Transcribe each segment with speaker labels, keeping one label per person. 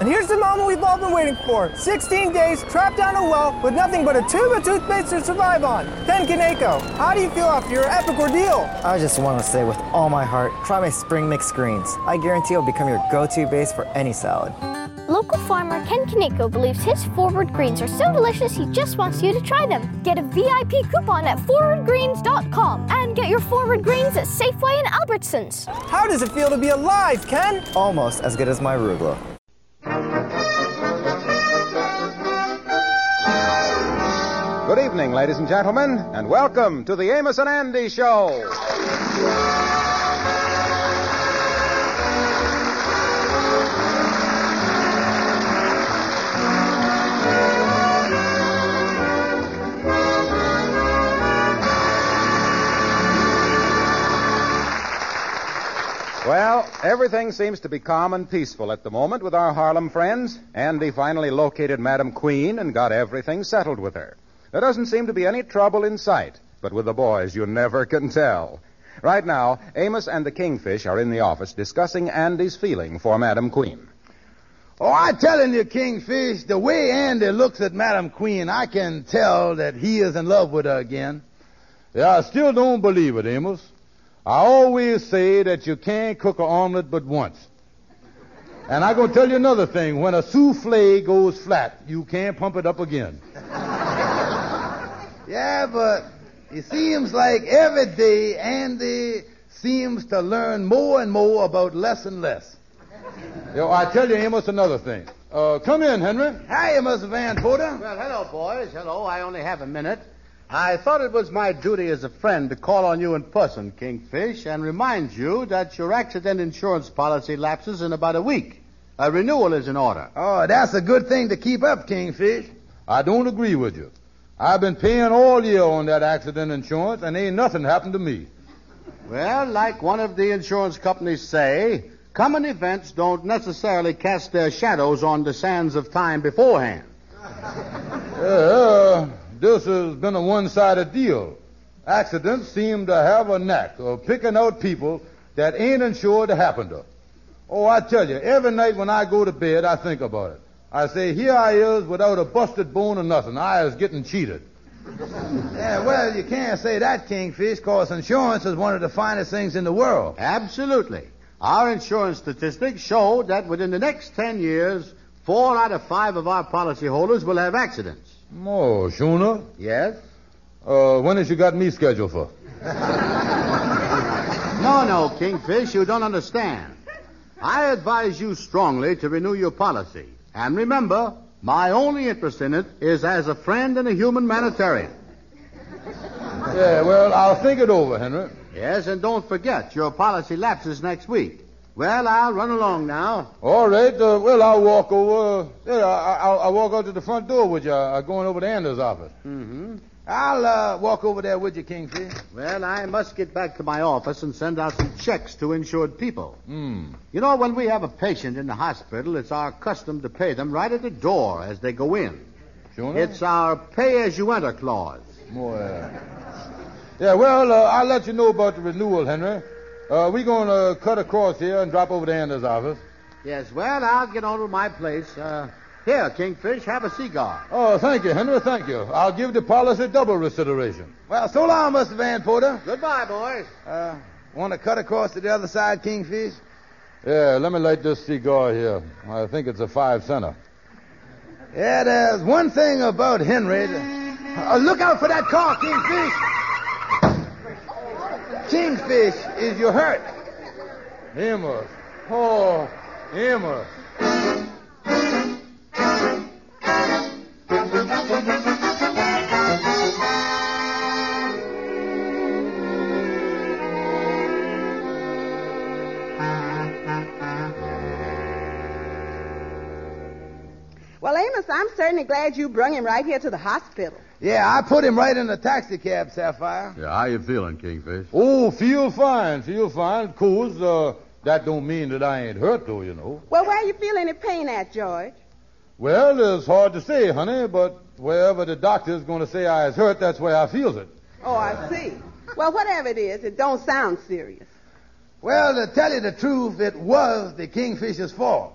Speaker 1: And here's the moment we've all been waiting for 16 days trapped down a well with nothing but a tube of toothpaste to survive on. Then Kaneko, how do you feel after your epic ordeal?
Speaker 2: I just want to say with all my heart, try my spring mixed greens. I guarantee it'll become your go-to base for any salad.
Speaker 3: Local farmer Ken Kaneko believes his Forward Greens are so delicious he just wants you to try them. Get a VIP coupon at forwardgreens.com and get your Forward Greens at Safeway and Albertsons.
Speaker 1: How does it feel to be alive, Ken?
Speaker 2: Almost as good as my arugula.
Speaker 4: Good evening, ladies and gentlemen, and welcome to the Amos and Andy Show. Well, everything seems to be calm and peaceful at the moment with our Harlem friends. Andy finally located Madam Queen and got everything settled with her. There doesn't seem to be any trouble in sight, but with the boys, you never can tell. Right now, Amos and the Kingfish are in the office discussing Andy's feeling for Madam Queen.
Speaker 5: Oh, I telling you, Kingfish, the way Andy looks at Madam Queen, I can tell that he is in love with her again.
Speaker 6: Yeah, I still don't believe it, Amos. I always say that you can't cook an omelet but once. And I'm going to tell you another thing. When a souffle goes flat, you can't pump it up again.
Speaker 5: Yeah, but it seems like every day Andy seems to learn more and more about less and less.
Speaker 6: Yo, I tell you, Amos, another thing. Uh, come in, Henry.
Speaker 5: Hiya, Mr. Van Porter.
Speaker 7: Well, hello, boys. Hello. I only have a minute. I thought it was my duty as a friend to call on you in person, Kingfish, and remind you that your accident insurance policy lapses in about a week. A renewal is in order.
Speaker 5: Oh, that's a good thing to keep up, Kingfish.
Speaker 6: I don't agree with you. I've been paying all year on that accident insurance, and ain't nothing happened to me.
Speaker 7: Well, like one of the insurance companies say, common events don't necessarily cast their shadows on the sands of time beforehand.
Speaker 6: Yeah, this has been a one-sided deal. Accidents seem to have a knack of picking out people that ain't insured to happen to. Oh, I tell you, every night when I go to bed, I think about it. I say, here I is without a busted bone or nothing. I is getting cheated.
Speaker 5: Yeah, well, you can't say that, Kingfish, 'cause insurance is one of the finest things in the world.
Speaker 7: Absolutely. Our insurance statistics show that within the next 10 years, four out of five of our policyholders will have accidents.
Speaker 6: Oh, Shuna,
Speaker 7: Yes?
Speaker 6: uh, when is you got me scheduled for?
Speaker 7: No, no, Kingfish, you don't understand. I advise you strongly to renew your policy. And remember, my only interest in it is as a friend and a human humanitarian.
Speaker 6: Yeah, well, I'll think it over, Henry.
Speaker 7: Yes, and don't forget, your policy lapses next week. Well, I'll run along now.
Speaker 6: All right, uh, well, I'll walk over. Yeah, I, I'll, I'll walk out to the front door with you. I'm going over to Anders' office.
Speaker 5: I'll uh, walk over there with you, Kingfish.
Speaker 7: Mm-hmm. Well, I must get back to my office and send out some checks to insured people.
Speaker 6: Hmm.
Speaker 7: You know, when we have a patient in the hospital, it's our custom to pay them right at the door as they go in.
Speaker 6: Shuna?
Speaker 7: It's our pay as you enter clause.
Speaker 6: Boy. Yeah, well, uh, I'll let you know about the renewal, Henry. Uh, we're going to cut across here and drop over to Anders' office.
Speaker 7: Yes, well, I'll get on to my place. Uh, here, Kingfish, have a cigar.
Speaker 6: Oh, thank you, Henry. Thank you. I'll give the policy double consideration.
Speaker 5: Well, so long, Mr. Van Porter.
Speaker 7: Goodbye, boys.
Speaker 5: Uh, want to cut across to the other side, Kingfish?
Speaker 6: Yeah, let me light this cigar here. I think it's a five center.
Speaker 5: Yeah, there's one thing about Henry. that- Uh, look out for that car, Kingfish. Kingfish, is you hurt?
Speaker 6: Emma. Oh, Emma.
Speaker 8: Well, Amos, I'm certainly glad you brung him right here to the hospital.
Speaker 5: Yeah, I put him right in the taxi cab, Sapphire.
Speaker 6: Yeah, how you feeling, Kingfish? Oh, feel fine, feel fine. Of course, uh, that don't mean that I ain't hurt, though, you know.
Speaker 8: Well, where you feel any pain at, George?
Speaker 6: Well, it's hard to say, honey, but wherever the doctor's going to say I is hurt, that's where I feels it.
Speaker 8: Oh, I see. Well, whatever it is, it don't sound serious.
Speaker 5: Well, to tell you the truth, it was the Kingfisher's fault.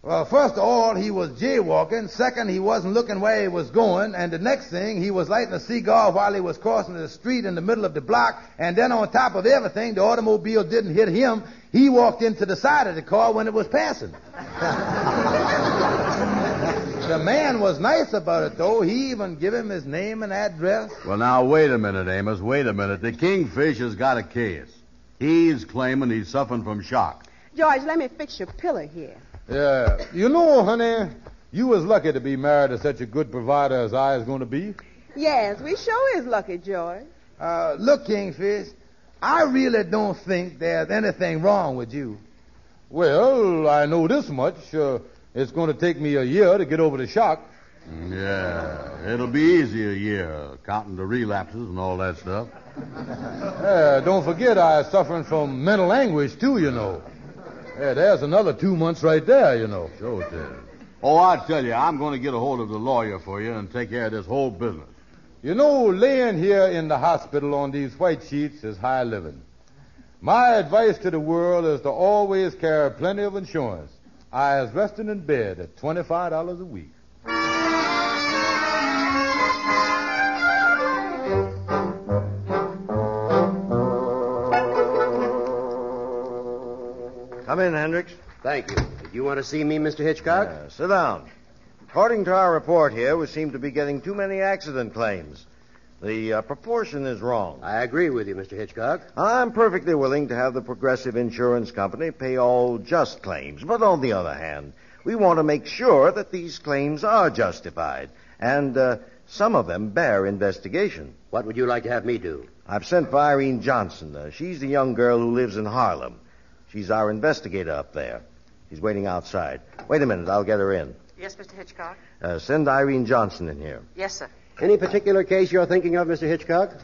Speaker 5: Well, first of all, he was jaywalking. Second, he wasn't looking where he was going. And the next thing, he was lighting a cigar while he was crossing the street in the middle of the block. And then on top of everything, the automobile didn't hit him. He walked into the side of the car when it was passing. the man was nice about it, though. He even give him his name and address.
Speaker 9: Well, now, wait a minute, Amos. Wait a minute. The kingfish has got a case. He's claiming he's suffering from shock.
Speaker 8: George, let me fix your pillow here.
Speaker 6: Yeah. You know, honey, you was lucky to be married to such a good provider as I is going to be.
Speaker 8: Yes, we sure is lucky, George.
Speaker 5: Uh, look, Kingfish, I really don't think there's anything wrong with you.
Speaker 6: Well, I know this much. Uh, it's going to take me a year to get over the shock.
Speaker 9: Yeah, it'll be easy a year, counting the relapses and all that stuff.
Speaker 6: Yeah, Uh, don't forget I is suffering from mental anguish, too, you know. Yeah, there's another two months right there, you know.
Speaker 9: Sure it is. Oh, I tell you, I'm going to get a hold of the lawyer for you and take care of this whole business.
Speaker 6: You know, laying here in the hospital on these white sheets is high living. My advice to the world is to always carry plenty of insurance. I is resting in bed at $25 a week.
Speaker 10: Come in, Hendricks.
Speaker 11: Thank you. You want to see me, Mr. Hitchcock?
Speaker 10: Uh, sit down. According to our report here, we seem to be getting too many accident claims. The uh, proportion is wrong.
Speaker 11: I agree with you, Mr. Hitchcock.
Speaker 10: I'm perfectly willing to have the Progressive Insurance Company pay all just claims, but on the other hand, we want to make sure that these claims are justified, and uh, some of them bear investigation.
Speaker 11: What would you like to have me do?
Speaker 10: I've sent for Irene Johnson. Uh, she's the young girl who lives in Harlem. She's our investigator up there. She's waiting outside. Wait a minute, I'll get her in.
Speaker 12: Yes, Mr. Hitchcock.
Speaker 10: Uh, send Irene Johnson in here.
Speaker 12: Yes, sir.
Speaker 11: Any particular case you're thinking of, Mr. Hitchcock?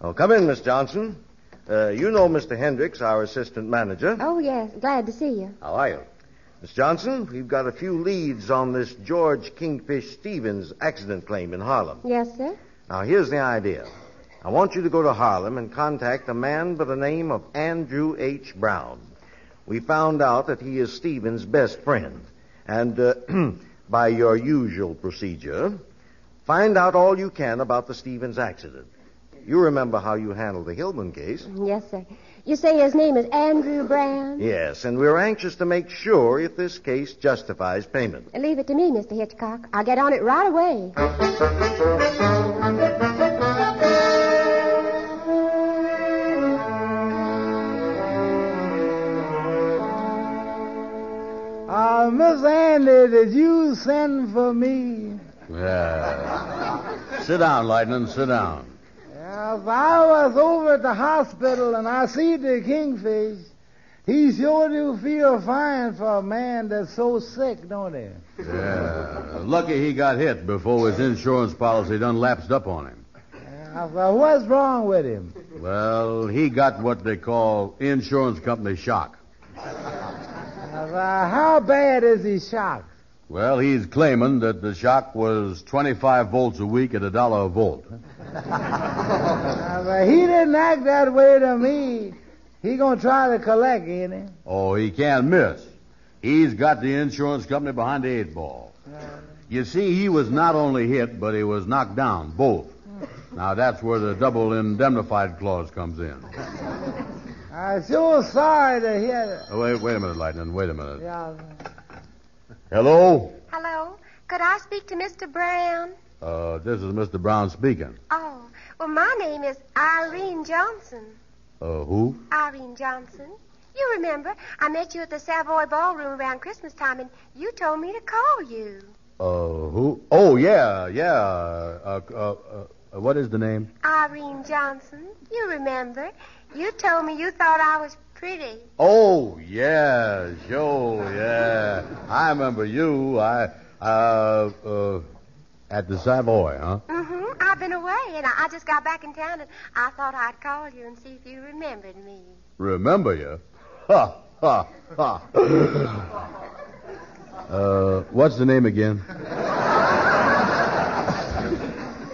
Speaker 10: Oh, come in, Miss Johnson. Uh, you know Mr. Hendricks, our assistant manager.
Speaker 13: Oh, yes. Glad to see you.
Speaker 11: How are you?
Speaker 10: Miss Johnson, we've got a few leads on this George Kingfish Stevens accident claim in Harlem.
Speaker 13: Yes, sir.
Speaker 10: Now, here's the idea. I want you to go to Harlem and contact a man by the name of Andrew H. Brown. We found out that he is Stephen's best friend. And uh, by your usual procedure, find out all you can about the Stevens accident. You remember how you handled the Hillman case.
Speaker 13: Yes, sir. You say his name is Andrew Brown?
Speaker 10: Yes, and we're anxious to make sure if this case justifies payment.
Speaker 13: Leave it to me, Mr. Hitchcock. I'll get on it right away.
Speaker 5: Uh, Miss Andy, did you send for me?
Speaker 9: Yeah. sit down, Lightning, sit down.
Speaker 5: If I was over at the hospital and I see the kingfish, he sure do feel fine for a man that's so sick, don't he?
Speaker 9: Yeah. Lucky he got hit before his insurance policy done lapsed up on him.
Speaker 5: I thought, what's wrong with him?
Speaker 9: Well, he got what they call insurance company shock.
Speaker 5: Uh, how bad is he shocked?
Speaker 9: Well, he's claiming that the shock was 25 volts a week at a dollar a volt.
Speaker 5: uh, but he didn't act that way to me. He gonna try to collect, ain't he?
Speaker 9: Oh, he can't miss. He's got the insurance company behind the eight ball. You see, he was not only hit, but he was knocked down, both. Now, that's where the double indemnified clause comes in.
Speaker 5: I'm so sorry to hear that.
Speaker 9: Oh, wait, wait a minute, Lightning. Wait a minute.
Speaker 5: Yeah.
Speaker 9: Hello?
Speaker 13: Hello. Could I speak to Mr. Brown?
Speaker 9: Uh, this is Mr. Brown speaking.
Speaker 13: Oh, well, my name is Irene Johnson.
Speaker 9: Uh, who?
Speaker 13: Irene Johnson. You remember, I met you at the Savoy Ballroom around Christmas time, and you told me to call you.
Speaker 9: Uh, who? Oh, yeah, yeah. Uh, uh, uh, what is the name?
Speaker 13: Irene Johnson. You remember. You told me you thought I was pretty.
Speaker 9: Oh, yeah, sure, yeah. I remember you. I, uh, uh, at the Savoy, huh?
Speaker 13: Mm-hmm. I've been away, and I, I just got back in town, and I thought I'd call you and see if you remembered me.
Speaker 9: Remember you? Ha, ha, ha. uh, what's the name again?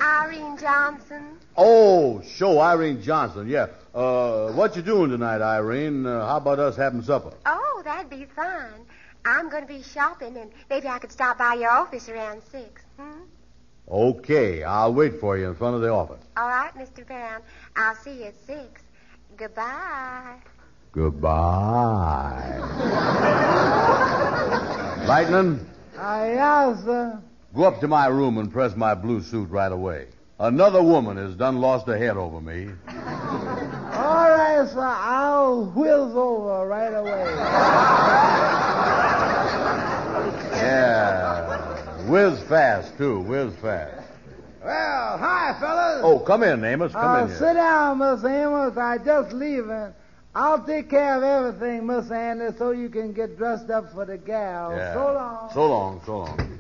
Speaker 13: Irene Johnson.
Speaker 9: Oh, sure, Irene Johnson, yeah. Uh, what you doing tonight, Irene? Uh, how about us having supper?
Speaker 13: Oh, that'd be fun. I'm going to be shopping, and maybe I could stop by your office around 6. Hmm?
Speaker 6: Okay, I'll wait for you in front of the office.
Speaker 13: All right, Mr. Brown. I'll see you at 6. Goodbye.
Speaker 6: Goodbye. Lightning,
Speaker 14: Aye, aye, sir.
Speaker 6: go up to my room and press my blue suit right away. Another woman has done lost her head over me.
Speaker 14: All right, sir. I'll whiz over right away.
Speaker 6: Yeah. Whiz fast, too. Whiz fast.
Speaker 14: Well, hi, fellas.
Speaker 6: Oh, come in, Amos. Come
Speaker 14: uh,
Speaker 6: in here.
Speaker 14: Sit down, Miss Amos. I just leaving. I'll take care of everything, Miss Anders, so you can get dressed up for the gal.
Speaker 6: Yeah.
Speaker 14: Oh, So long.
Speaker 6: So long, so long.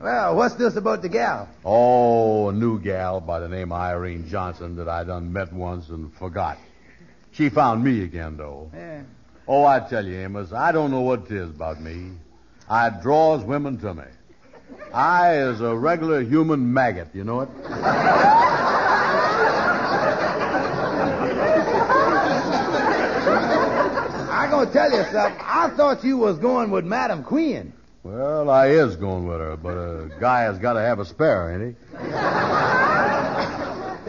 Speaker 5: Well, what's this about the gal?
Speaker 6: Oh, a new gal by the name of Irene Johnson that I done met once and forgot. She found me again, though.
Speaker 5: Yeah.
Speaker 6: Oh, I tell you, Amos, I don't know what it is about me. I draws women to me. I is a regular human maggot, you know it?
Speaker 5: I gonna tell you something. I thought you was going with Madam Queen.
Speaker 6: Well, I is going with her, but a guy has got to have a spare, ain't he?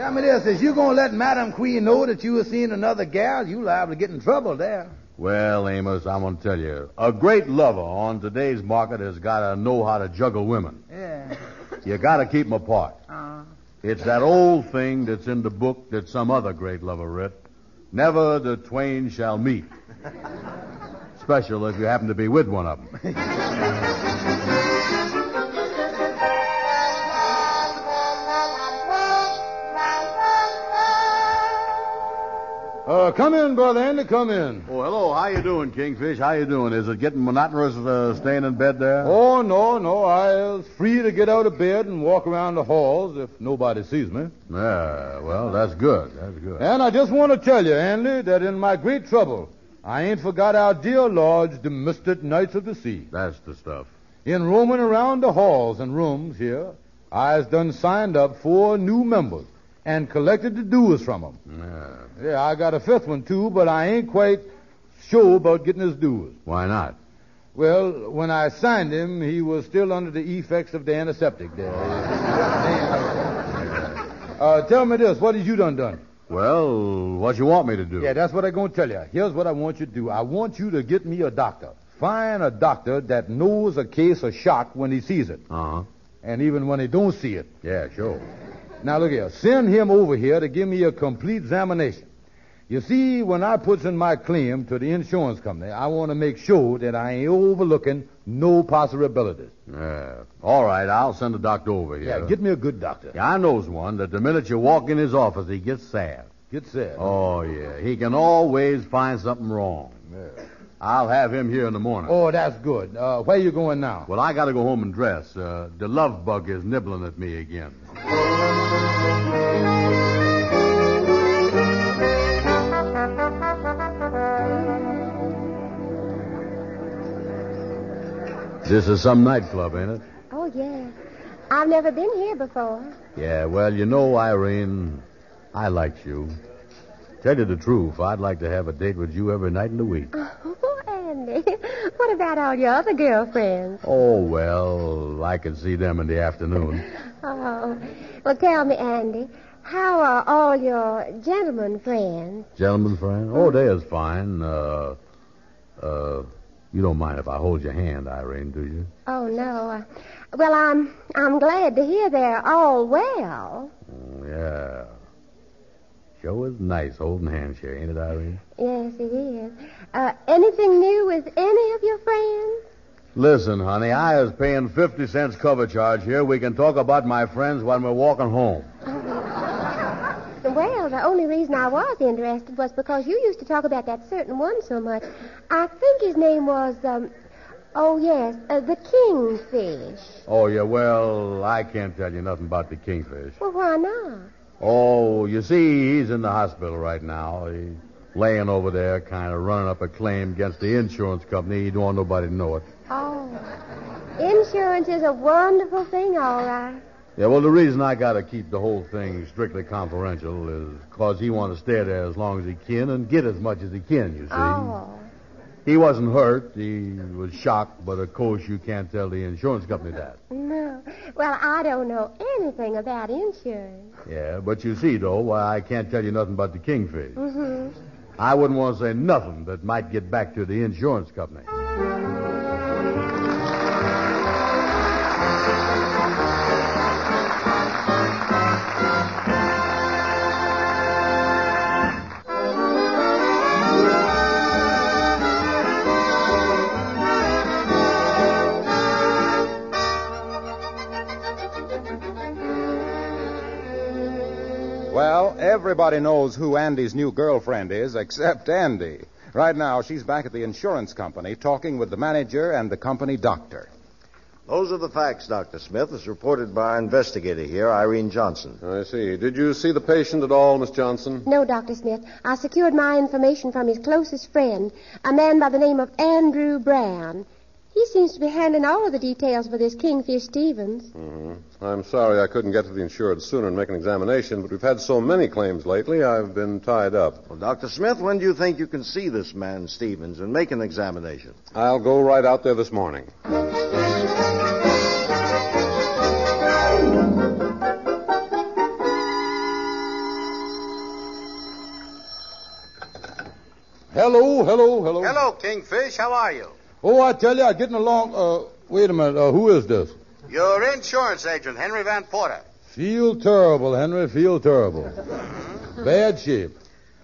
Speaker 5: Tell me this, is you gonna let Madam Queen know that you was seeing another gal? You liable to get in trouble there.
Speaker 6: Well, Amos, I'm going to tell you, a great lover on today's market has got to know how to juggle women.
Speaker 5: Yeah.
Speaker 6: You got to keep 'em apart.
Speaker 5: Uh,
Speaker 6: It's that old thing that's in the book that some other great lover writ. Never the twain shall meet. Special if you happen to be with one of them. Uh, come in, brother Andy, come in. Oh, hello. How you doing, Kingfish? How you doing? Is it getting monotonous uh, staying in bed there? Oh, no, no. I was free to get out of bed and walk around the halls if nobody sees me.
Speaker 9: Yeah, well, that's good. That's good.
Speaker 6: And I just want to tell you, Andy, that in my great trouble, I ain't forgot our dear Lord's domestic knights of the sea.
Speaker 9: That's the stuff.
Speaker 6: In roaming around the halls and rooms here, I's done signed up four new members and collected the dues from 'em.
Speaker 9: Yeah.
Speaker 6: Yeah, I got a fifth one too, but I ain't quite sure about getting his dues.
Speaker 9: Why not?
Speaker 6: Well, when I signed him, he was still under the effects of the antiseptic there. uh, tell me this, what has you done done?
Speaker 9: Well, what you want me to do?
Speaker 6: Yeah, that's what I'm going to tell you. Here's what I want you to do. I want you to get me a doctor. Find a doctor that knows a case of shock when he sees it,
Speaker 9: Uh-huh.
Speaker 6: and even when he don't see it.
Speaker 9: Yeah, sure.
Speaker 6: Now look here. Send him over here to give me a complete examination. You see, when I puts in my claim to the insurance company, I want to make sure that I ain't overlooking no possibilities.
Speaker 9: Yeah. Uh, All right, I'll send the doctor over here.
Speaker 6: Yeah, get me a good doctor.
Speaker 9: Yeah, I knows one that the minute you walk in his office, he gets sad.
Speaker 6: Get said.
Speaker 9: Oh, yeah. He can always find something wrong. I'll have him here in the morning.
Speaker 6: Oh, that's good. Uh, where you going now?
Speaker 9: Well, I got to go home and dress. Uh, the love bug is nibbling at me again. This is some nightclub, ain't it?
Speaker 13: Oh, yeah. I've never been here before.
Speaker 9: Yeah, well, you know, Irene, I liked you. Tell you the truth, I'd like to have a date with you every night in the week.
Speaker 13: Oh, Andy, what about all your other girlfriends?
Speaker 9: Oh, well, I can see them in the afternoon.
Speaker 13: Oh, well, tell me, Andy, how are all your gentlemen friends?
Speaker 9: Gentlemen, friend? Oh, they is fine. Uh, uh, you don't mind if I hold your hand, Irene, do you?
Speaker 13: Oh no. Uh, well, I'm I'm glad to hear they're all well.
Speaker 9: Mm, yeah. Sure is nice holding hands here, ain't it, Irene?
Speaker 13: Yes, it is. Uh, anything new with any of your friends?
Speaker 9: Listen, honey, I is paying 50 cents cover charge here. We can talk about my friends when we're walking home.
Speaker 13: Well, the only reason I was interested was because you used to talk about that certain one so much. I think his name was um. Oh yes, uh, the kingfish.
Speaker 9: Oh, yeah, well, I can't tell you nothing about the kingfish.
Speaker 13: Well, why not?
Speaker 9: Oh, you see, he's in the hospital right now. He's laying over there, kind of running up a claim against the insurance company. He don't want nobody to know it.
Speaker 13: Oh, insurance is a wonderful thing, all right.
Speaker 9: Yeah, well, the reason I got to keep the whole thing strictly confidential is 'cause he want to stay there as long as he can and get as much as he can, you see.
Speaker 13: Oh,
Speaker 6: He wasn't hurt. He was shocked, but of course you can't tell the insurance company that.
Speaker 13: No. Well, I don't know anything about insurance.
Speaker 6: Yeah, but you see, though, why I can't tell you nothing about the kingfish.
Speaker 13: Mm-hmm.
Speaker 6: I wouldn't want to say nothing that might get back to the insurance company.
Speaker 4: Well, everybody knows who Andy's new girlfriend is except Andy. Right now, she's back at the insurance company talking with the manager and the company doctor.
Speaker 10: Those are the facts, Dr. Smith, as reported by our investigator here, Irene Johnson.
Speaker 15: I see. Did you see the patient at all, Miss Johnson?
Speaker 13: No, Dr. Smith. I secured my information from his closest friend, a man by the name of Andrew Brown. He seems to be handling all of the details for this Kingfish Stevens.
Speaker 15: hmm I'm sorry I couldn't get to the insured sooner and make an examination, but we've had so many claims lately, I've been tied up.
Speaker 10: Well, Dr. Smith, when do you think you can see this man, Stevens, and make an examination?
Speaker 15: I'll go right out there this morning.
Speaker 6: Hello, hello, hello.
Speaker 7: Hello, Kingfish. How are you?
Speaker 6: Oh, I tell you, I'm getting along. Uh, wait a minute. Uh, who is this?
Speaker 7: Your insurance agent, Henry Van Porter.
Speaker 6: Feel terrible, Henry. Feel terrible. Bad shape.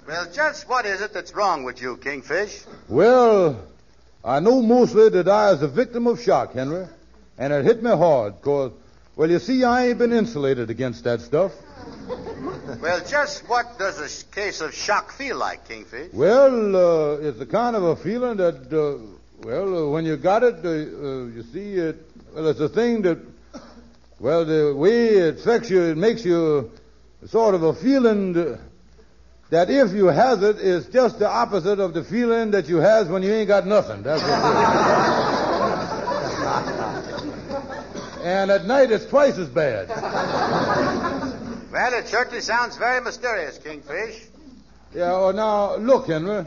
Speaker 7: Well, just what is it that's wrong with you, Kingfish?
Speaker 6: Well, I know mostly that I is a victim of shock, Henry. And it hit me hard, 'cause well, you see, I ain't been insulated against that stuff.
Speaker 7: Well, just what does a sh- case of shock feel like, Kingfish?
Speaker 6: Well, uh, it's the kind of a feeling that, uh, well, uh, when you got it, uh, uh, you see it. Well, it's a thing that, well, the way it affects you, it makes you sort of a feeling th- that if you has it, it's just the opposite of the feeling that you has when you ain't got nothing. That's what it is. and at night, it's twice as bad.
Speaker 7: Well, it certainly sounds very mysterious, Kingfish.
Speaker 6: Yeah, well, now, look, Henry.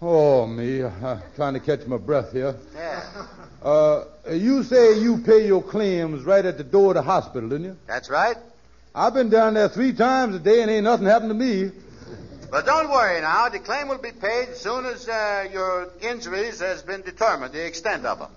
Speaker 6: Oh, me. I'm trying to catch my breath here.
Speaker 7: Yeah.
Speaker 6: Uh, you say you pay your claims right at the door of the hospital, didn't you?
Speaker 7: That's right.
Speaker 6: I've been down there three times a day and ain't nothing happened to me.
Speaker 7: But don't worry now. The claim will be paid as soon as uh, your injuries has been determined, the extent of them.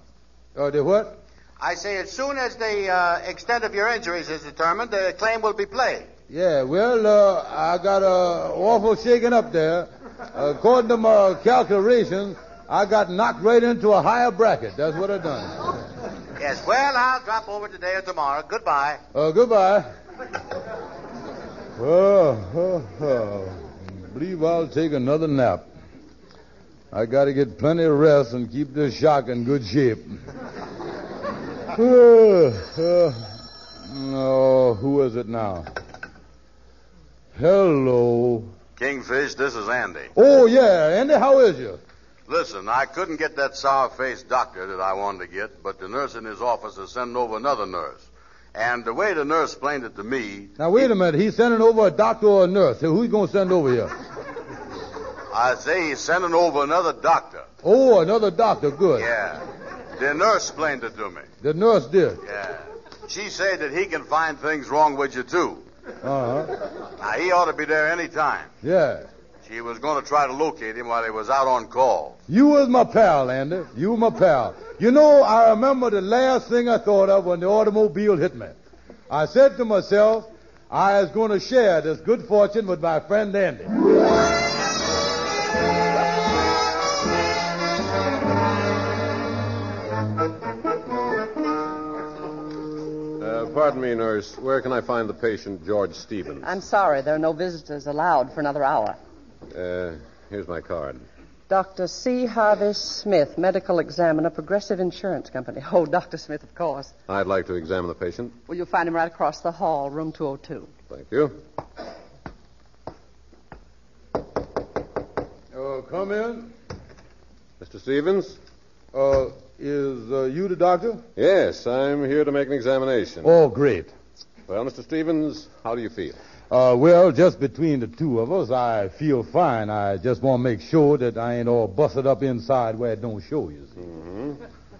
Speaker 6: Uh, the what?
Speaker 7: I say as soon as the uh, extent of your injuries is determined, the claim will be paid.
Speaker 6: Yeah, well, uh, I got a awful shaking up there. According to my calculations, I got knocked right into a higher bracket. That's what I done.
Speaker 7: Yes, well, I'll drop over today or tomorrow. Goodbye.
Speaker 6: Uh, goodbye. Oh, oh, oh. Believe I'll take another nap. I gotta get plenty of rest and keep this shock in good shape. Oh, no, who is it now? Hello.
Speaker 9: Kingfish, this is Andy.
Speaker 6: Oh, yeah, Andy, how is you?
Speaker 9: Listen, I couldn't get that sour faced doctor that I wanted to get, but the nurse in his office is sending over another nurse. And the way the nurse explained it to me,
Speaker 6: Now, wait a minute. He's sending over a doctor or a nurse. Who he going to send over here?
Speaker 9: I say he's sending over another doctor.
Speaker 6: Oh, another doctor. Good.
Speaker 9: Yeah. The nurse explained it to me.
Speaker 6: The nurse did.
Speaker 9: Yeah. She said that he can find things wrong with you, too.
Speaker 6: Uh-huh.
Speaker 9: Now, he ought to be there any time.
Speaker 6: Yeah.
Speaker 9: She was going to try to locate him while he was out on call.
Speaker 6: You was my pal, Andy. You were my pal. You know, I remember the last thing I thought of when the automobile hit me. I said to myself, I is going to share this good fortune with my friend Andy.
Speaker 15: Uh, pardon me, nurse. Where can I find the patient, George Stevens?
Speaker 12: I'm sorry, there are no visitors allowed for another hour.
Speaker 15: Uh, here's my card.
Speaker 12: Dr. C. Harvey Smith, medical examiner, Progressive Insurance Company. Oh, Dr. Smith, of course.
Speaker 15: I'd like to examine the patient.
Speaker 12: Well, you'll find him right across the hall, room 202.
Speaker 15: Thank you.
Speaker 6: Uh, come in.
Speaker 15: Mr. Stevens?
Speaker 6: Uh, is uh, you the doctor?
Speaker 15: Yes, I'm here to make an examination.
Speaker 6: Oh, great.
Speaker 15: Well, Mr. Stevens, how do you feel?
Speaker 6: Uh, well, just between the two of us, I feel fine. I just want to make sure that I ain't all busted up inside where it don't show you. See?
Speaker 15: hmm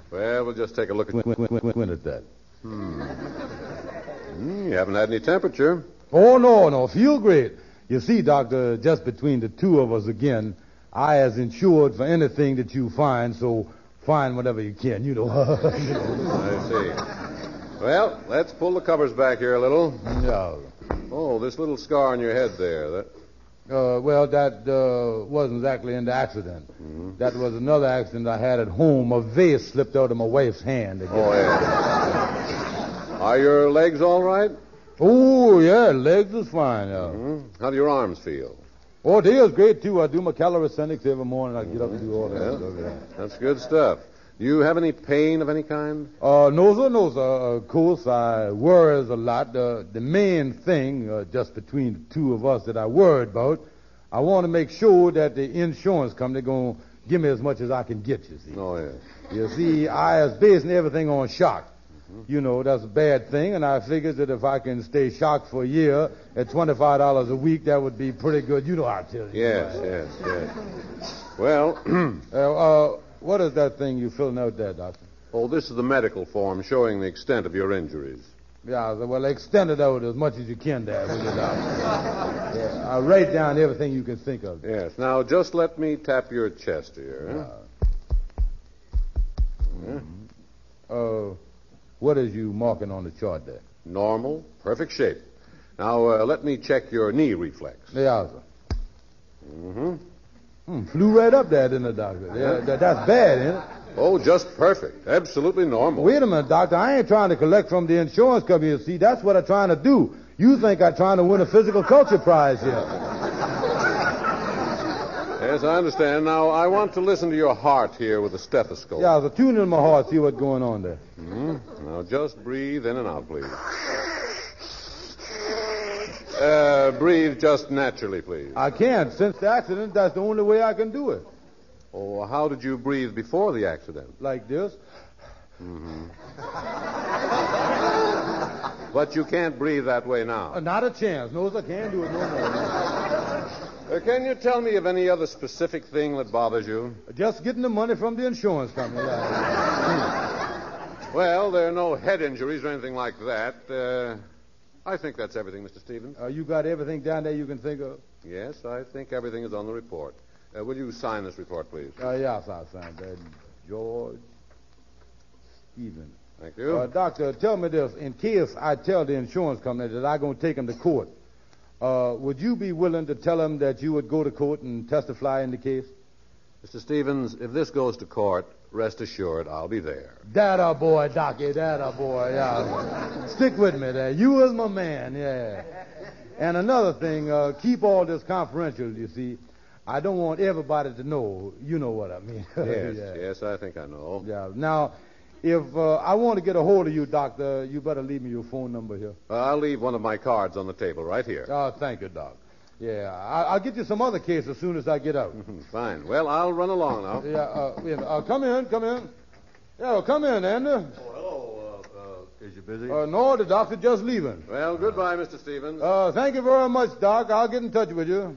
Speaker 15: Well, we'll just take a look at
Speaker 6: When, when, when, when at that.
Speaker 15: Hmm. Hmm, you haven't had any temperature.
Speaker 6: Oh, no, no. Feel great. You see, Doctor, just between the two of us again, I has insured for anything that you find, so find whatever you can, you know.
Speaker 15: I see. Well, let's pull the covers back here a little.
Speaker 6: No.
Speaker 15: Oh, this little scar on your head there. That.
Speaker 6: Uh, well, that uh, wasn't exactly in the accident.
Speaker 15: Mm-hmm.
Speaker 6: That was another accident I had at home. A vase slipped out of my wife's hand. Again.
Speaker 15: Oh, yeah. Are your legs all right? Mm-hmm.
Speaker 6: Oh, yeah, legs is fine. Yeah.
Speaker 15: How do your arms feel?
Speaker 6: Oh, they is great, too. I do my caloricenics every morning. I get up and do all that.
Speaker 15: Yeah.
Speaker 6: stuff, yeah.
Speaker 15: That's good stuff. Do you have any pain of any kind?
Speaker 6: Uh, no, sir, no, sir. Of course, I worries a lot. Uh, the main thing, uh, just between the two of us, that I worried about, I want to make sure that the insurance company going to give me as much as I can get, you see.
Speaker 15: Oh, yeah.
Speaker 6: You see, I is basing everything on shock.
Speaker 15: Mm-hmm.
Speaker 6: You know, that's a bad thing, and I figured that if I can stay shocked for a year at $25 a week, that would be pretty good. You know how I tell you.
Speaker 15: Yes, yes, yes. Well,
Speaker 6: Uh, uh, what is that thing you filling out there, Doctor?
Speaker 15: oh, this is the medical form showing the extent of your injuries.
Speaker 6: Yeah, well, extend it out as much as you can there. will you, Doc? yeah, I'll write down everything you can think of.
Speaker 15: Yes. Now, just let me tap your chest here. huh? Yeah.
Speaker 6: Uh, what is you marking on the chart there?
Speaker 15: Normal, perfect shape. Now, uh, let me check your knee reflex.
Speaker 6: Yeah, sir.
Speaker 15: Mm-hmm.
Speaker 6: Hmm, flew right up there, didn't it, Doctor? Yeah, that, that's bad, isn't it?
Speaker 15: Oh, just perfect. Absolutely normal.
Speaker 6: Wait a minute, Doctor. I ain't trying to collect from the insurance company. You see, that's what I'm trying to do. You think I'm trying to win a physical culture prize here?
Speaker 15: Yes, I understand. Now, I want to listen to your heart here with a stethoscope.
Speaker 6: Yeah, so tune in my heart, see what's going on there.
Speaker 15: Mhm. Now, just breathe in and out, please. Uh, breathe just naturally, please.
Speaker 6: I can't. Since the accident, that's the only way I can do it.
Speaker 15: Oh, how did you breathe before the accident? Mm-hmm.
Speaker 6: Like this.
Speaker 15: But you can't breathe that way now.
Speaker 6: Uh, not a chance. No, sir, can't do it no more.
Speaker 15: Uh, can you tell me of any other specific thing that bothers you?
Speaker 6: Just getting the money from the insurance company. Larry.
Speaker 15: Well, there are no head injuries or anything like that. Uh, I think that's everything, Mr. Stevens.
Speaker 6: Uh, you got everything down there you can think of?
Speaker 15: Yes, I think everything is on the report. Uh, will you sign this report, please?
Speaker 6: Uh, yes, I signed that. George Stevens.
Speaker 15: Thank you.
Speaker 6: Uh, doctor, tell me this. In case I tell the insurance company that I'm going to take him to court, uh, would you be willing to tell him that you would go to court and testify in the case?
Speaker 15: Mr. Stevens, if this goes to court, rest assured I'll be there.
Speaker 6: That a boy, Docky, that a boy, yeah. Stick with me there. You is my man, yeah. And another thing, uh, keep all this confidential, you see. I don't want everybody to know. You know what I mean.
Speaker 15: Yes,
Speaker 6: yeah.
Speaker 15: yes, I think I know.
Speaker 6: yeah. Now, if uh, I want to get a hold of you, Doctor, you better leave me your phone number here.
Speaker 15: Uh, I'll leave one of my cards on the table right here.
Speaker 6: Oh, thank you, Doc. Yeah, I- I'll get you some other case as soon as I get out.
Speaker 15: Fine. Well, I'll run along now.
Speaker 6: yeah, uh, wait a minute. uh, come in, come in. Yeah, well, come in, Andy.
Speaker 9: Oh, hello. Uh, uh, is you busy?
Speaker 6: Uh, no, the doctor just leaving.
Speaker 15: Well, goodbye, Mr. Stevens.
Speaker 6: Uh, thank you very much, Doc. I'll get in touch with you.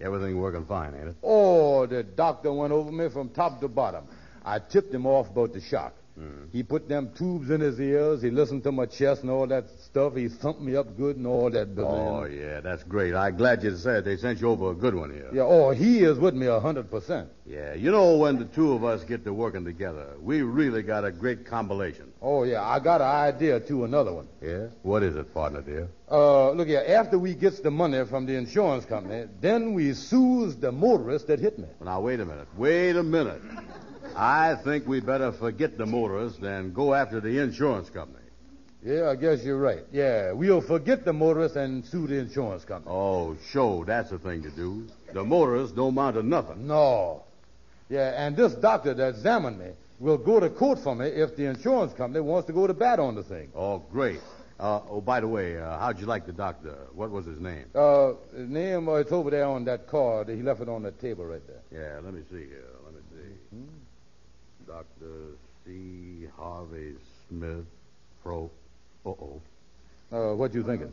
Speaker 7: Everything working fine, ain't it?
Speaker 6: Oh, the doctor went over me from top to bottom. I tipped him off about the shock.
Speaker 7: Mm.
Speaker 6: He put them tubes in his ears. He listened to my chest and all that stuff. He thumped me up good and all that.
Speaker 7: Oh, yeah, that's great. I'm glad you said they sent you over a good one here.
Speaker 6: Yeah, oh, he is with me a 100%.
Speaker 7: Yeah, you know, when the two of us get to working together, we really got a great combination.
Speaker 6: Oh, yeah, I got an idea to another one.
Speaker 7: Yeah? What is it, partner, dear?
Speaker 6: Uh, look here, after we gets the money from the insurance company, then we sues the motorist that hit me.
Speaker 7: Well, now, wait a minute. Wait a minute. I think we better forget the motorist and go after the insurance company.
Speaker 6: Yeah, I guess you're right. Yeah, we'll forget the motorist and sue the insurance company.
Speaker 7: Oh, sure, that's the thing to do. The motorists don't amount to nothing.
Speaker 6: No. Yeah, and this doctor that examined me will go to court for me if the insurance company wants to go to bat on the thing.
Speaker 7: Oh, great. Uh, oh, by the way, uh, how'd you like the doctor? What was his name?
Speaker 6: Uh, his name, uh, it's over there on that card. He left it on the table right there.
Speaker 7: Yeah, let me see here. Let me see. Mm-hmm. Dr. C. Harvey Smith, pro. Uh oh.
Speaker 6: Uh, what you thinking?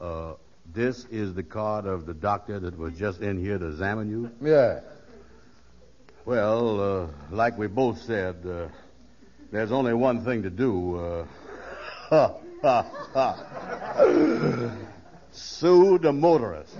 Speaker 7: Uh, this is the card of the doctor that was just in here to examine you?
Speaker 6: Yeah.
Speaker 7: Well, uh, like we both said, uh, there's only one thing to do. Uh, ha, ha, ha. Sue the motorist.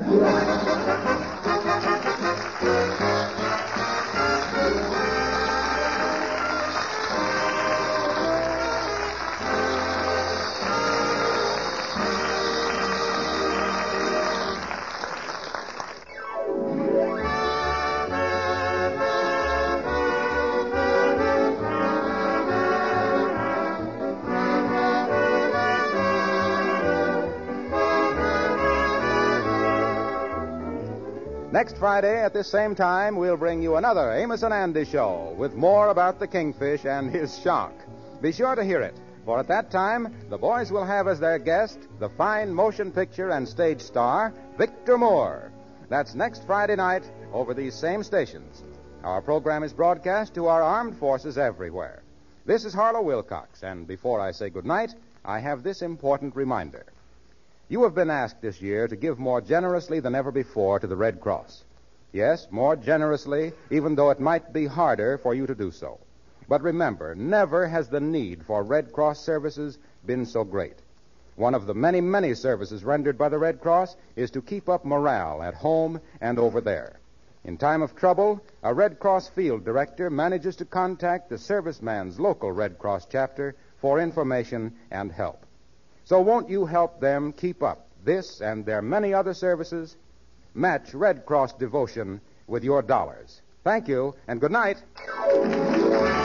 Speaker 4: Next Friday at this same time, we'll bring you another Amos and Andy show with more about the kingfish and his shark. Be sure to hear it, for at that time, the boys will have as their guest the fine motion picture and stage star, Victor Moore. That's next Friday night over these same stations. Our program is broadcast to our armed forces everywhere. This is Harlow Wilcox, and before I say goodnight, I have this important reminder. You have been asked this year to give more generously than ever before to the Red Cross. Yes, more generously, even though it might be harder for you to do so. But remember, never has the need for Red Cross services been so great. One of the many, many services rendered by the Red Cross is to keep up morale at home and over there. In time of trouble, a Red Cross field director manages to contact the serviceman's local Red Cross chapter for information and help. So won't you help them keep up this and their many other services? Match Red Cross devotion with your dollars. Thank you and good night.